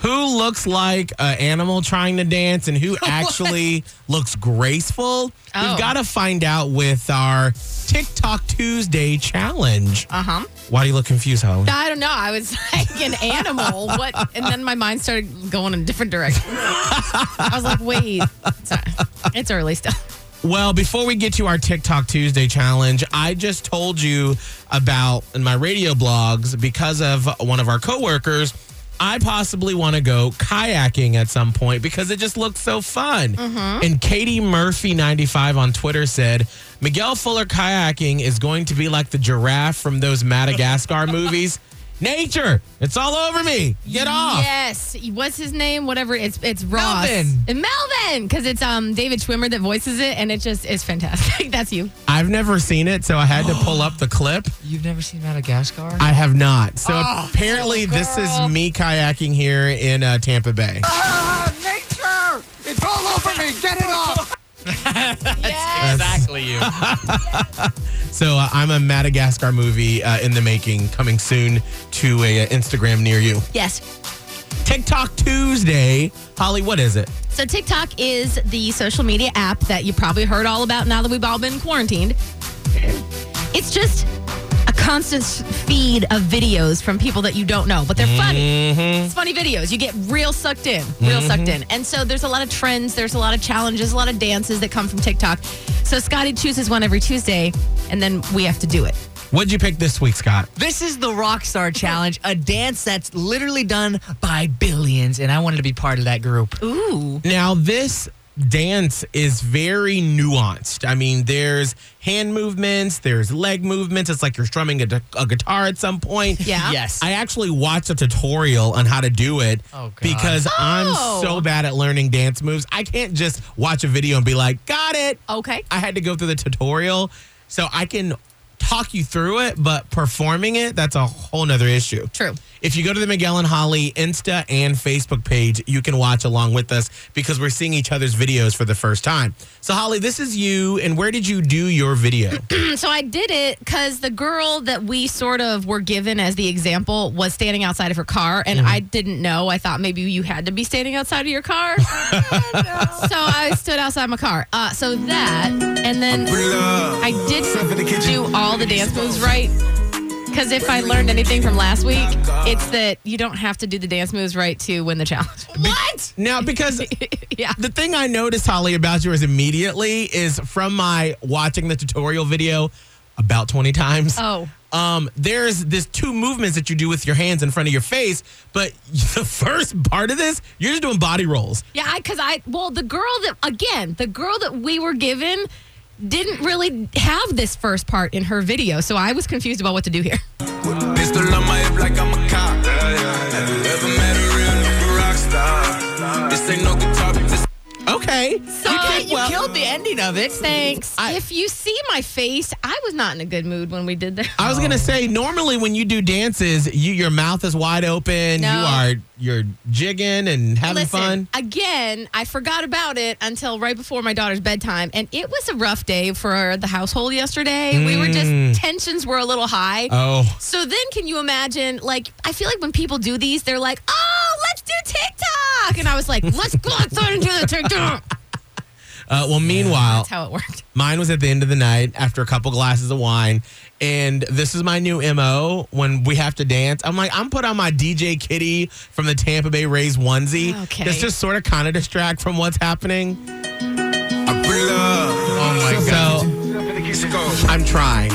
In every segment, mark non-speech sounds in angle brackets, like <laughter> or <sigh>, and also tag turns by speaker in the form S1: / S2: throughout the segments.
S1: Who looks like an animal trying to dance and who actually looks graceful?
S2: Oh.
S1: We've got to find out with our TikTok Tuesday challenge.
S2: Uh huh.
S1: Why do you look confused, Holly?
S2: I don't know. I was <laughs> like an animal. What? And then my mind started going in a different direction. I was like, wait, it's, uh, it's early still.
S1: Well, before we get to our TikTok Tuesday challenge, I just told you about in my radio blogs because of one of our coworkers. I possibly want to go kayaking at some point because it just looks so fun. And Katie Murphy 95 on Twitter said, Miguel Fuller kayaking is going to be like the giraffe from those Madagascar movies. Nature, it's all over me. Get off.
S2: Yes. What's his name? Whatever. It's it's Ross.
S1: Melvin.
S2: And Melvin, because it's um David Schwimmer that voices it, and it just is fantastic. <laughs> That's you.
S1: I've never seen it, so I had to pull up the clip.
S3: You've never seen Madagascar?
S1: I have not. So
S3: Ah,
S1: apparently, this is me kayaking here in uh, Tampa Bay.
S4: nature! It's all over me! Get it off!
S2: yes.
S3: <laughs> exactly you.
S1: <laughs> So uh, I'm a Madagascar movie uh, in the making, coming soon to a uh, Instagram near you.
S2: Yes.
S1: TikTok Tuesday, Holly. What is it?
S2: So TikTok is the social media app that you probably heard all about now that we've all been quarantined. It's just a constant feed of videos from people that you don't know, but they're funny. It's funny videos. You get real sucked in, real sucked in. And so there's a lot of trends, there's a lot of challenges, a lot of dances that come from TikTok. So Scotty chooses one every Tuesday, and then we have to do it.
S1: What'd you pick this week, Scott?
S3: This is the <laughs> Rockstar Challenge, a dance that's literally done by billions, and I wanted to be part of that group.
S2: Ooh.
S1: Now this dance is very nuanced. I mean, there's hand movements, there's leg movements. It's like you're strumming a, d- a guitar at some point.
S2: Yeah.
S3: Yes.
S1: I actually watched a tutorial on how to do it
S3: Oh, God.
S1: because I'm
S2: Oh.
S1: so bad at learning dance moves. I can't just watch a video and be like, got it.
S3: Oh.
S2: Okay.
S1: I had to go through the tutorial so I can talk you through it, but performing it, that's a whole nother issue.
S2: True.
S1: If you go to the Miguel and Holly Insta and Facebook page, you can watch along with us because we're seeing each other's videos for the first time. So, Holly, this is you, and where did you do your video?
S3: <laughs>
S2: So I did it because the girl that we sort of were given as the example was standing outside of her car, and I didn't know. I thought maybe you had to be standing outside of your car. so I stood outside my car. Uh, so that, and then I did not do all the dance moves right. Because if I learned anything from last week, it's that you don't have to do the dance moves right to win the challenge. <laughs> What?
S1: now, because
S2: yeah.
S1: the thing I noticed, Holly, about you is immediately is from my watching the tutorial video about 20 times.
S2: Oh.
S1: Um, there's this two movements that you do with your hands in front of your face, but <laughs> the first part of this, you're just doing body rolls.
S2: Yeah, I because I well the girl that again the girl that we were given didn't really have this first part in her video, so I was confused about what to do here.
S5: Pistol on my hip like I'm a cop. Have you ever met a real nigga rock star? This ain't no guitar, but this
S1: Okay.
S2: So
S3: you killed the ending of it.
S2: thanks. if you see my face, I was not in a good mood when we did that.
S1: I was gonna say normally when you do dances, you your mouth is wide open.
S2: No.
S1: You are you're jigging and having
S2: Listen,
S1: fun.
S2: again, I forgot about it until right before my daughter's bedtime, and it was a rough day for the household yesterday. We were
S3: Mm.
S2: just tensions were a little high.
S1: Oh,
S2: So then, can you imagine? Like, I feel like when people do these, they're like, "Oh, let's do TikTok," and I was like, "Let's go outside and do the TikTok."
S1: uh, well. Meanwhile,
S2: That's how it worked.
S1: Mine was at the end of the night after a couple glasses of wine. And this is my new MO when we have to dance. I'm like, I'm put on my DJ Kitty from the Tampa Bay Rays onesie.
S2: Okay.
S1: That's just sort of kind of distract from what's happening.
S5: I pull up.
S1: Oh my God.
S5: Let's go.
S1: So I'm trying.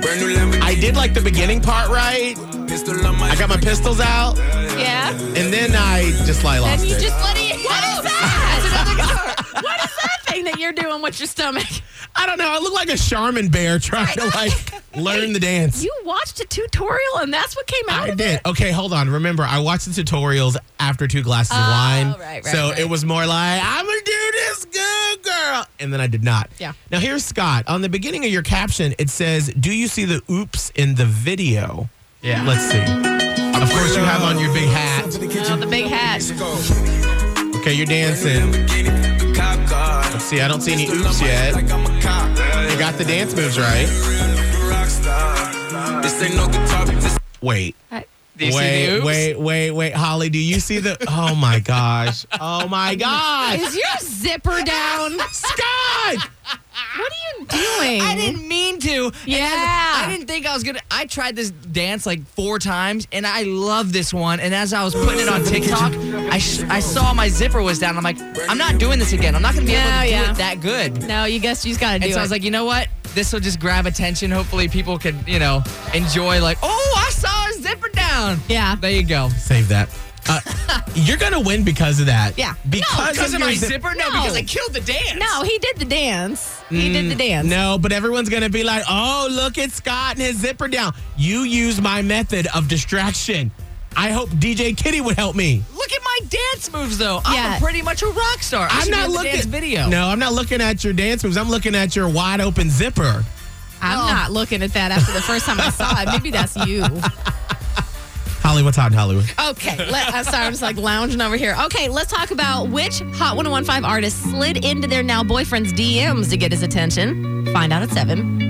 S5: Brand new Lamborghini.
S1: I did like the beginning part right.
S5: Pistol on my
S1: I got my pistols out.
S2: Yeah.
S1: And then I just like
S2: And
S1: lost
S2: you
S1: it.
S2: just let it. What is that? That's another guitar. What is that thing that you're doing with your stomach?
S1: I don't know. I look like a Charmin bear trying to like
S2: <laughs>
S1: learn the dance.
S2: You watched a tutorial and that's what came out
S1: I
S2: of
S1: did.
S2: it.
S1: Okay, hold on. Remember, I watched the tutorials after two glasses of
S2: Oh,
S1: wine.
S2: right, right,
S1: so
S2: right.
S1: it was more like, I'm going to do this good, girl. And then I did not.
S2: Yeah.
S1: Now, here's Scott. On the beginning of your caption, it says, Do you see the oops in the video? Yeah. Let's see. Of course, you have on your big hat.
S2: Oh, the big hat.
S1: Okay, you're dancing. Let's see, I don't see any oops yet. You got the dance moves right.
S5: This ain't no guitar, this
S1: Wait.
S2: I-
S3: Do you see
S1: wait,
S3: the oops?
S1: wait, wait, wait. Holly, do you see the. Oh my gosh. Oh my gosh.
S2: Is your zipper down?
S1: Scott!
S2: What are you doing?
S3: <laughs> I didn't mean to. And as-
S2: Yeah.
S3: I didn't think I was gonna. I tried this dance like four times, and I love this one. And as I was putting it on <laughs> TikTok, I sh- I saw my zipper was down. I'm like, I'm not doing this again. I'm not gonna be
S2: Yeah,
S3: able to do
S2: yeah.
S3: it that good.
S2: No, you guess you just gotta do
S3: And
S2: it.
S3: so I was like, you know what? This will just grab attention. Hopefully, people can you know enjoy. Like, oh, I saw a zipper down.
S2: Yeah.
S3: There you go.
S1: Save that.
S3: <laughs>
S1: Uh, you're gonna win because of that.
S2: Yeah.
S1: Because,
S3: Because of
S1: your
S3: my
S1: zip-
S3: zipper? No,
S2: No.
S3: because I killed the dance.
S2: no, he did the dance. He did
S3: Mm,
S2: the dance.
S1: No, but everyone's gonna be like, "Oh, look at Scott and his zipper down." You used my method of distraction. I hope DJ Kitty would help me.
S3: Look at my dance moves, though.
S2: Yeah.
S3: I'm pretty much a rock star. I
S1: I'm
S3: should be
S1: not
S3: on the
S1: looking
S3: dance video.
S1: No, I'm not looking at your dance moves. I'm looking at your wide open zipper.
S2: I'm not looking at that after the first time I saw it. Maybe that's you.
S1: Hollywood, hot in Hollywood?
S2: Okay, let, I'm sorry, I'm just like lounging over here. Okay, let's talk about which oh Hot 1015 artist slid into their now boyfriend's DMs to get his attention. Find out at 7.